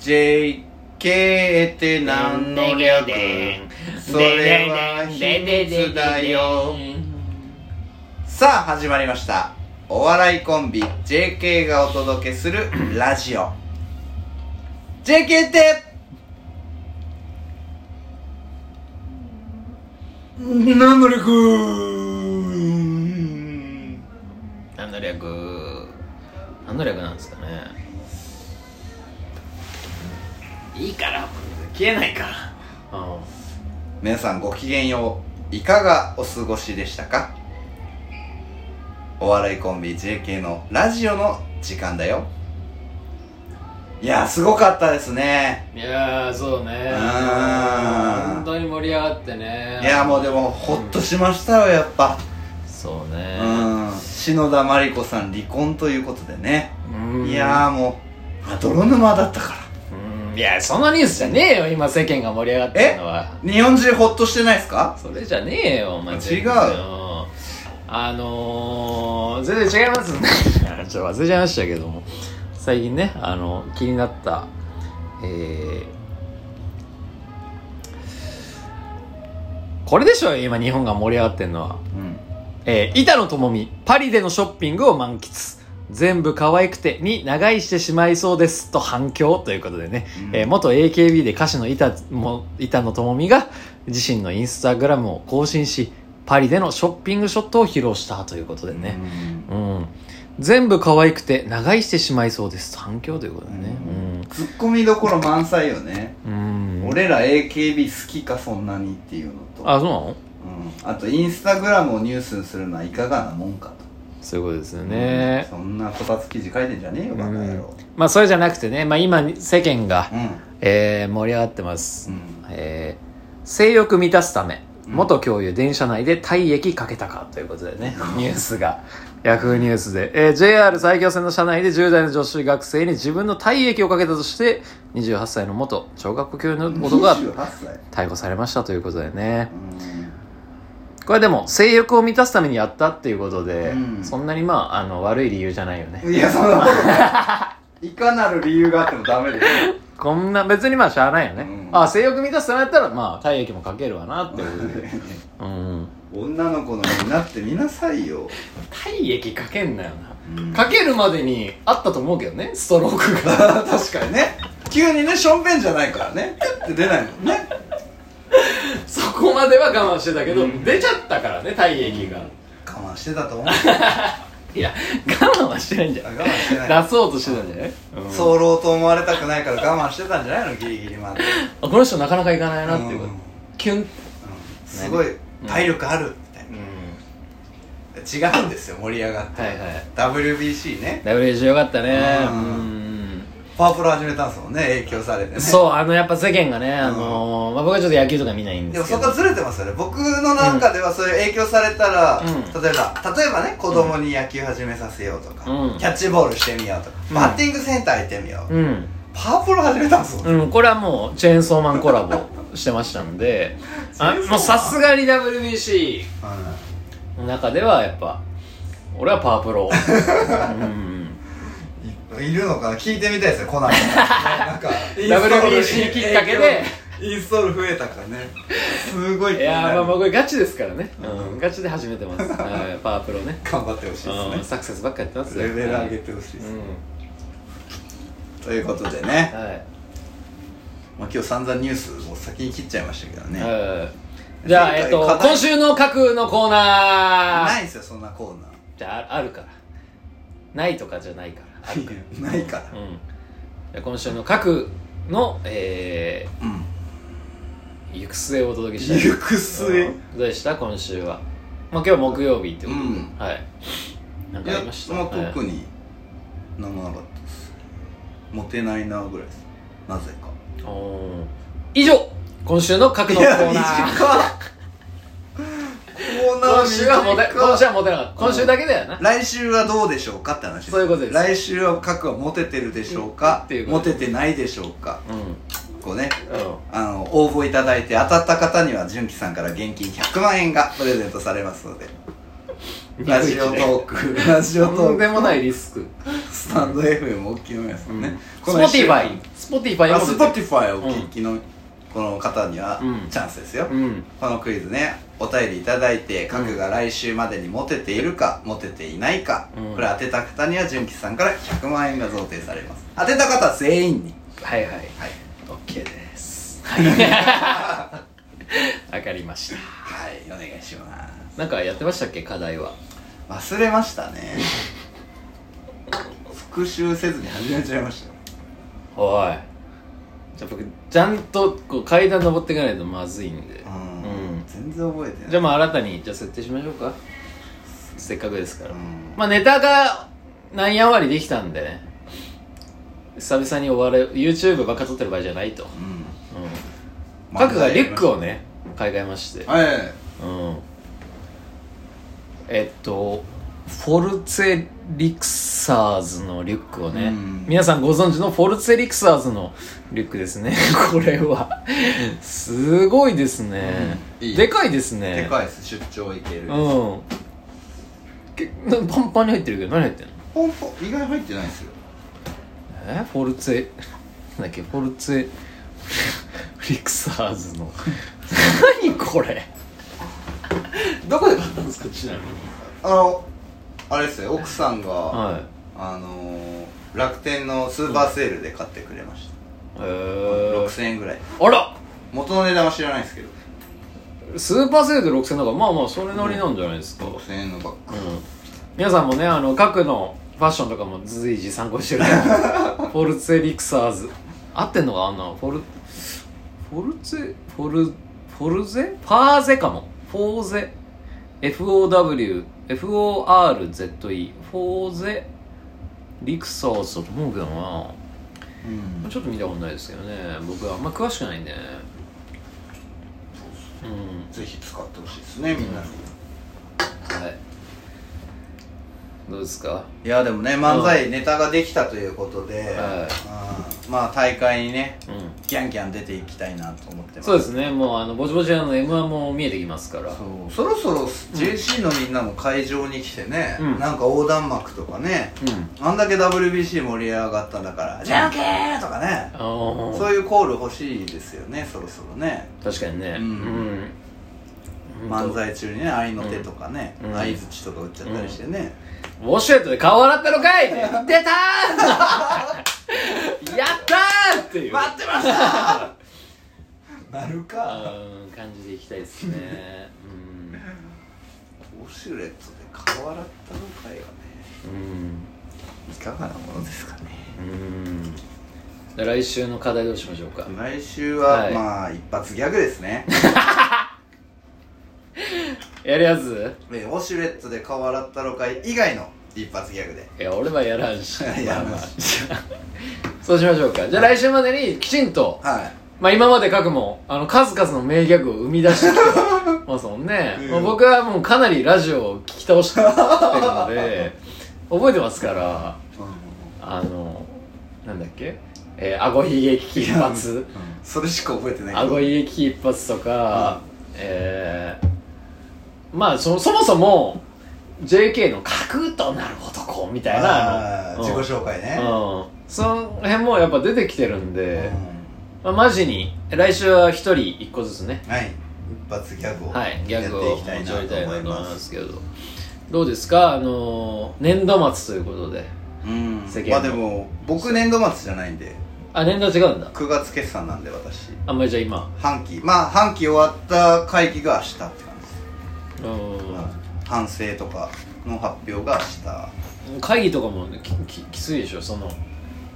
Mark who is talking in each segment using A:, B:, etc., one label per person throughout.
A: JK って何の略それは秘密だよさあ始まりましたお笑いコンビ JK がお届けするラジオ JK って何の略
B: 何の略何の略なんですかねいいから消えないからうん
A: 皆さんごきげんよういかがお過ごしでしたかお笑いコンビ JK のラジオの時間だよいやーすごかったですね
B: いやーそうね
A: うん
B: 本当に盛り上がってね
A: いやーもうでもほっとしましたよやっぱ
B: そう
A: う
B: ね
A: ん篠田麻里子さん離婚ということでね
B: うん
A: いやーもうあ泥沼だったから
B: うんいやそのニュースじゃねえよ今世間が盛り上がってるのは
A: 日本中ほっとしてないですか
B: それじゃねえよお前
A: 違う
B: あのー、全然違いますねちょっと忘れちゃいましたけども最近ねあの気になったえー、これでしょうよ今日本が盛り上がってんのは
A: うん
B: えー、板野友美パリでのショッピングを満喫全部可愛くてに長居してしまいそうですと反響ということでね、
A: うん
B: えー元 AKB で歌手の板も板野友美が自身のインスタグラムを更新しパリでのショッピングショットを披露したということでね、
A: うん
B: うん全部可愛くて長居してしまいそうですと反響ということでね
A: ツッコミどころ満載よね
B: うん、うん、
A: 俺ら AKB 好きかそんなにっていうのと
B: あそうなの
A: うん、あとインスタグラムをニュースにするのはいかがなもんか
B: そういうことですよ
A: と
B: ね、
A: そんなこたつ記事書いてんじゃねえよバカ野郎
B: まあそれじゃなくてね、まあ、今世間が、
A: うん
B: えー盛り上がってます、
A: うん
B: えー性欲満たすため
A: うん
B: 元教諭電車内で体液かけたかということでねニュースがヤフーニュースで、えー JR 埼京線の車内で10代の女子学生に自分の体液をかけたとして28歳の元小学校教諭の男が
A: 28歳
B: 逮捕されましたということでね
A: うん
B: これでも性欲を満たすためにやったっていうことで、
A: うん
B: そんなにまああの悪い理由じゃないよね
A: いやそんなことないいかなる理由があってもダメだよ
B: こんな、別にまあしゃあないよね。
A: うん
B: あ、性欲満たすためだったら、まあ、体液もかけるわな、っていうこと で。うん。
A: 女の子のようになってみなさいよ、
B: 体液かけんなよ
A: うん
B: な。かけるまでにあったと思うけどね、ストロークが。
A: 確かにね急にねしょんべんじゃないからねピュッて出ないもんね
B: そこまでは我慢してたけど、
A: うん
B: 出ちゃったからね、体液が。
A: 我慢してたと思う
B: いや、我慢はしてないんじゃ
A: あ
B: ない
A: 我慢してない
B: 出そうとしてたんじゃない、うん
A: 早漏と思われたくないから我慢してたんじゃないのギリギリまで
B: あこの人なかなかいかないなっていうこと。
A: うん
B: キュン。
A: すごい体力あるみたい
B: うん。
A: な、違うんですよ盛り上がって、
B: はいはい。
A: WBC ね
B: WBC よかったね。
A: うん
B: うん
A: パワープロ始めたんですもんね影響されてね
B: そう、あの、やっぱ世間がね、あのーまあ、僕はちょっと野球とか見ないん
A: で
B: で
A: も
B: すけ
A: そ
B: ど。
A: こはずれてますよね僕の中ではそういう影響されたら、
B: うん
A: 例えば例えばね子供に野球始めさせようとか、
B: うん
A: キャッチボールしてみようとか、
B: うん
A: バッティングセンター行ってみよう、
B: うん。
A: パワープロ始めたんですもん、
B: うん、これはもう、チェーンソーマンコラボしてましたんで、あ
A: チェーンソーマン
B: もうさすがに WBC
A: うん
B: の中では、やっぱ、俺はパワープ ロ。うん。
A: いるのかな聞いてみたいですね コナンさんなんか
B: WBC きっかけで
A: インストールインストール増えたからねすごい気
B: い
A: にな
B: やー、まあ
A: る
B: 僕ガチですからね。
A: うん
B: うん、ガチで始めて ます。はいパワープロね。
A: 頑張ってほしい
B: うん、
A: ですね
B: サクセスばっかやってますよ
A: レベル上げてほしいで
B: う
A: す、
B: ん。
A: ということでね、
B: はい。
A: まあ、今日散々ニュースを先に切っちゃいましたけどね、
B: はい。じゃあ、えっと、
A: 課題
B: 今週の各のコーナー。
A: ないですよそんなコーナ
B: じゃあ、ああるから。ないとかじゃないから。あるか
A: ーないから
B: ら。うん。じゃあ今週の各の、え
A: うん
B: ー、行く末をお届けしたい。
A: 行く末
B: うんどうでした今週は。まあ、今日木曜日ってことで、
A: うん
B: はい。なん
A: い
B: かあ
A: や
B: りました
A: まあ
B: はい
A: 特に何もなかったですモテないなぐらいですなぜか
B: おー以上今週の各の
A: い
B: コ
A: や
B: ーナー。
A: コーナー
B: 今週はモテ、今週はモテなかった。今週だけだよな。
A: 来週はどうでしょうかって話
B: そういうことです
A: 来週は各はモテてるでしょうか
B: っていうこ
A: モ
B: とで
A: テてないでしょうか
B: うん。
A: こうね
B: うん。
A: あの応募いただいて当たった方には純喜さんから現金100万円がプレゼントされますのでラジオトークラジオ
B: と
A: ト
B: ん
A: ーク
B: でもないリスク。
A: スタンド FM 大きいのやつもね、
B: うん
A: この一週間
B: Spotify スポティファイ
A: あ
B: も出
A: ス
B: て
A: ポ
B: る
A: ティファイをお聞きのこの方には
B: うん
A: チャンスですよ、
B: うん
A: このクイズねお便りいただいて核が来週までにモテているか、モテていないか、
B: うん
A: これ当てた方には純喜さんから100万円が贈呈されます当てた方全員に
B: はいはい
A: はい
B: OK ですはいわかりました
A: はいお願いします
B: なんかやってましたっけ課題は
A: 忘れましたね復習せずに始めちゃいましたよ
B: おいじゃあ僕ちゃんとこう階段登っていかないとまずいんで
A: うん、
B: うん
A: 全然覚えてない
B: じゃあまあ新たにじゃあ設定しましょうかせっかくですから、
A: うん
B: まあネタが何やわりできたんでね久々に終わる YouTube ばっか撮ってる場合じゃないと、うん
A: うん、
B: 各がリュックをね買い替えまして、
A: はい
B: うんえっとフォルツェリクサーズのリュックをね、
A: うん
B: 皆さんご存知のフォルツェリクサーズのリュックですねこれはすごいですね、
A: うんいい
B: でかいですね
A: でかいです出張行ける、
B: うんけなパンパンに入ってるけど何入ってんの
A: ポンポン意外入ってないですよ
B: えフォルツェなんだっけフォルツェフリクサーズの何これどこで買ったんですかちなみに
A: あのあれですよ奥さんが、
B: はい
A: あのー、楽天のスーパーセールで買ってくれました、
B: えー、
A: 6000円ぐらい
B: あら
A: 元の値段は知らないですけど
B: スーパーセールで6000円だからまあまあそれなりなんじゃないですか、
A: 6000円のバッグ
B: うん皆さんもねあの各のファッションとかも随時参考にしてると思うフォルツェリクサーズ合ってんのかあんなフォルフォルツェフォルフォルゼファーゼかもフォーゼ FOWFORZE フォーゼリクサーズだと思うけどな
A: うん
B: ちょっと見たことないですけどね僕はあんま詳しくないんでねうん
A: ぜひ使ってほしいですねみんなに、
B: はいどうですか
A: いやでもね漫才ネタができたということで、うんまあ大会にね
B: うん
A: ギャンギャン出ていきたいなと思ってます
B: そうですねもうあのぼちぼちあの m 1も見えてきますから
A: そうそろそろ JC のみんなも会場に来てね、
B: うん
A: なんか横断幕とかね、
B: うん
A: あんだけ WBC 盛り上がったんだから「じゃんけん!」とかね
B: あー
A: そういうコール欲しいですよねそろそろね
B: 確かにね
A: う
B: うんん、
A: 漫才中にね合いの手とかね
B: うん
A: 相づちとか打っちゃったりしてね、
B: ウォシュレットで顔洗ったのかいって出たーやったーっていう
A: 待ってましたなるか
B: うん感じでいきたいですねうん
A: ウォシュレットで顔洗ったのかいはねいかがなものですかね
B: うんうんじゃあ来週の課題どうしましょうか
A: 来週は、
B: はい
A: まあ一発ギャグですね
B: やるやつ
A: えウォシュレットで顔洗ったのかい以外の一発ギャグで
B: いや俺はやらん し
A: やらんし
B: まあまあじゃあそうしましょうかじゃあ来週までにきちんと
A: はい
B: まあ今まで各も、あの、数々の名ギャグを生み出してきてますもん ね。
A: うん
B: まあ僕はもうかなりラジオを聞き倒してるので、 覚えてますから、あの、なんだっけえー、顎ひげ危機一発、
A: それしか覚えてない
B: 顎ひげ危機一発とか、えー、まあそ、そもそも、JK の核となる男みたいな、
A: あ
B: あ
A: ー
B: の
A: 自
B: うん
A: 己紹介ね、
B: うん。その辺もやっぱ出てきて
A: う
B: るん
A: ん
B: で、まあ、マジに来週は一人一個ずつね
A: はい一発ギャグを
B: はいギャ
A: や
B: グを
A: っていきたいな
B: 持ち寄り
A: と
B: たいな
A: 思い
B: と思い
A: ま
B: ますすけどどうですかあのー年度末ということで
A: うん
B: 世間の
A: まあでも僕年度末じゃないんで
B: あ年度は違うんだ
A: 9月決算なんで私
B: あんまりじゃあ今
A: 半期まあ半期終わった会議が明日って感じです
B: うー
A: 反省とかの発表が
B: ん会議とかもきききついでしょその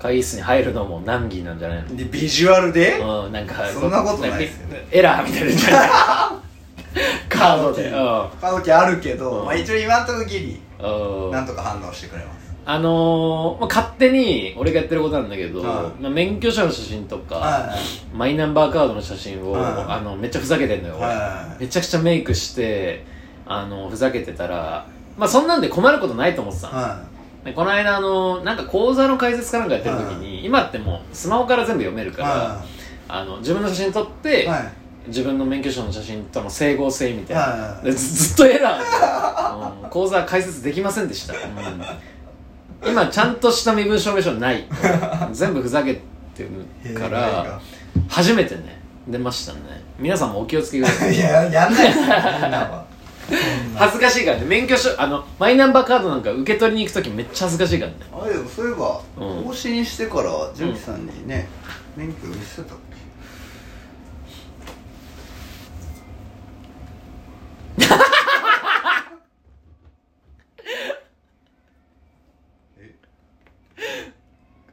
B: 会議室に入るのも難儀なんじゃない
A: 明日でビジュアルで
B: のうんなんか
A: そんなことないですよ
B: んかエラーみたいなのじゃない カードでうん
A: 買う時あるけど、
B: うん
A: まあ、一応今のところギリ
B: うん
A: なんとか反応してくれます
B: あのーまあ、勝手に俺がやってることなんだけど、
A: はい
B: まあ、免許証の写真とか、
A: は
B: マイナンバーカードの写真を、
A: はい
B: あのめっちゃふざけてんのよ、
A: い
B: 俺
A: はい
B: めちゃくちゃメイクしてあのふざけてたらまあそんなんで困ることないと思ってたの、
A: は
B: でこの間あのなんか講座の解説かなんかやってる時に、今ってもうスマホから全部読める
A: い
B: から、
A: は
B: あの自分の写真撮っ
A: い
B: て、
A: はい
B: 自分の免許証の写真との整合性みたいな、
A: はい
B: でずずっとエラーで、うん、講座は解説できません でした、うん今ちゃんとした身分証明書ない全部ふざけって
C: い
B: る
C: や
B: から初めてね出ましたね皆さんもお気をつけくだ さい
C: いややんないですよみんなは
B: 恥ずかしいからね免許証あのマイナンバーカードなんか受け取りに行く時めっちゃ恥ずかしいからね
A: あれでもそういえば、
B: うん
A: 更新してから純喜さんにね、免許見せたっ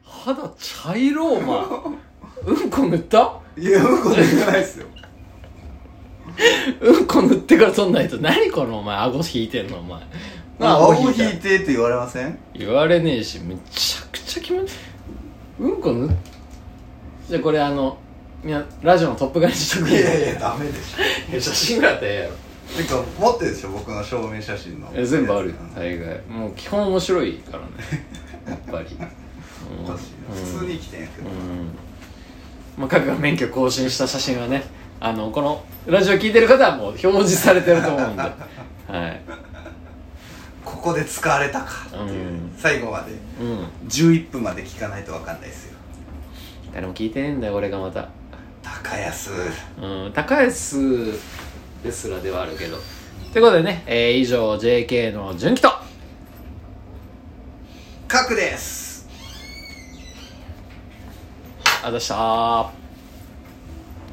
B: 肌茶色お前 うんこ塗った
A: けいやうんこできないです よ
B: うんこ塗ってから取んないと何このお前顎引いてんのお前
A: あ顎引い
B: た
A: てって言われません
B: 言われねえしめちゃくちゃ気持ちうんこ塗っじゃあこれあのみんなラジオのトップガンにしとく
A: いやいやダメでし
B: いや写真ぐらいだやろ
A: ょてか持ってるでしょ僕の証明写真の
B: え全部あるよ
A: うん
B: 大概もう基本面白いからねやっ
A: お
B: ぱり
A: かしいな普通に生きてんやけど、
B: うんまあ、各が免許更新した写真はねあのこのラジオ聞いてる方はもう表示されてると思うんではい
A: ここで使われたかっていう、
B: うん
A: 最後まで
B: うん
A: 11分まで聞かないと分かんないですよ
B: 誰も聞いてねえんだよ俺がまた
A: 高安
B: うん高安ですらではあるけどということでね、えー以上 JK の純喜と
A: 角です
B: あざしたー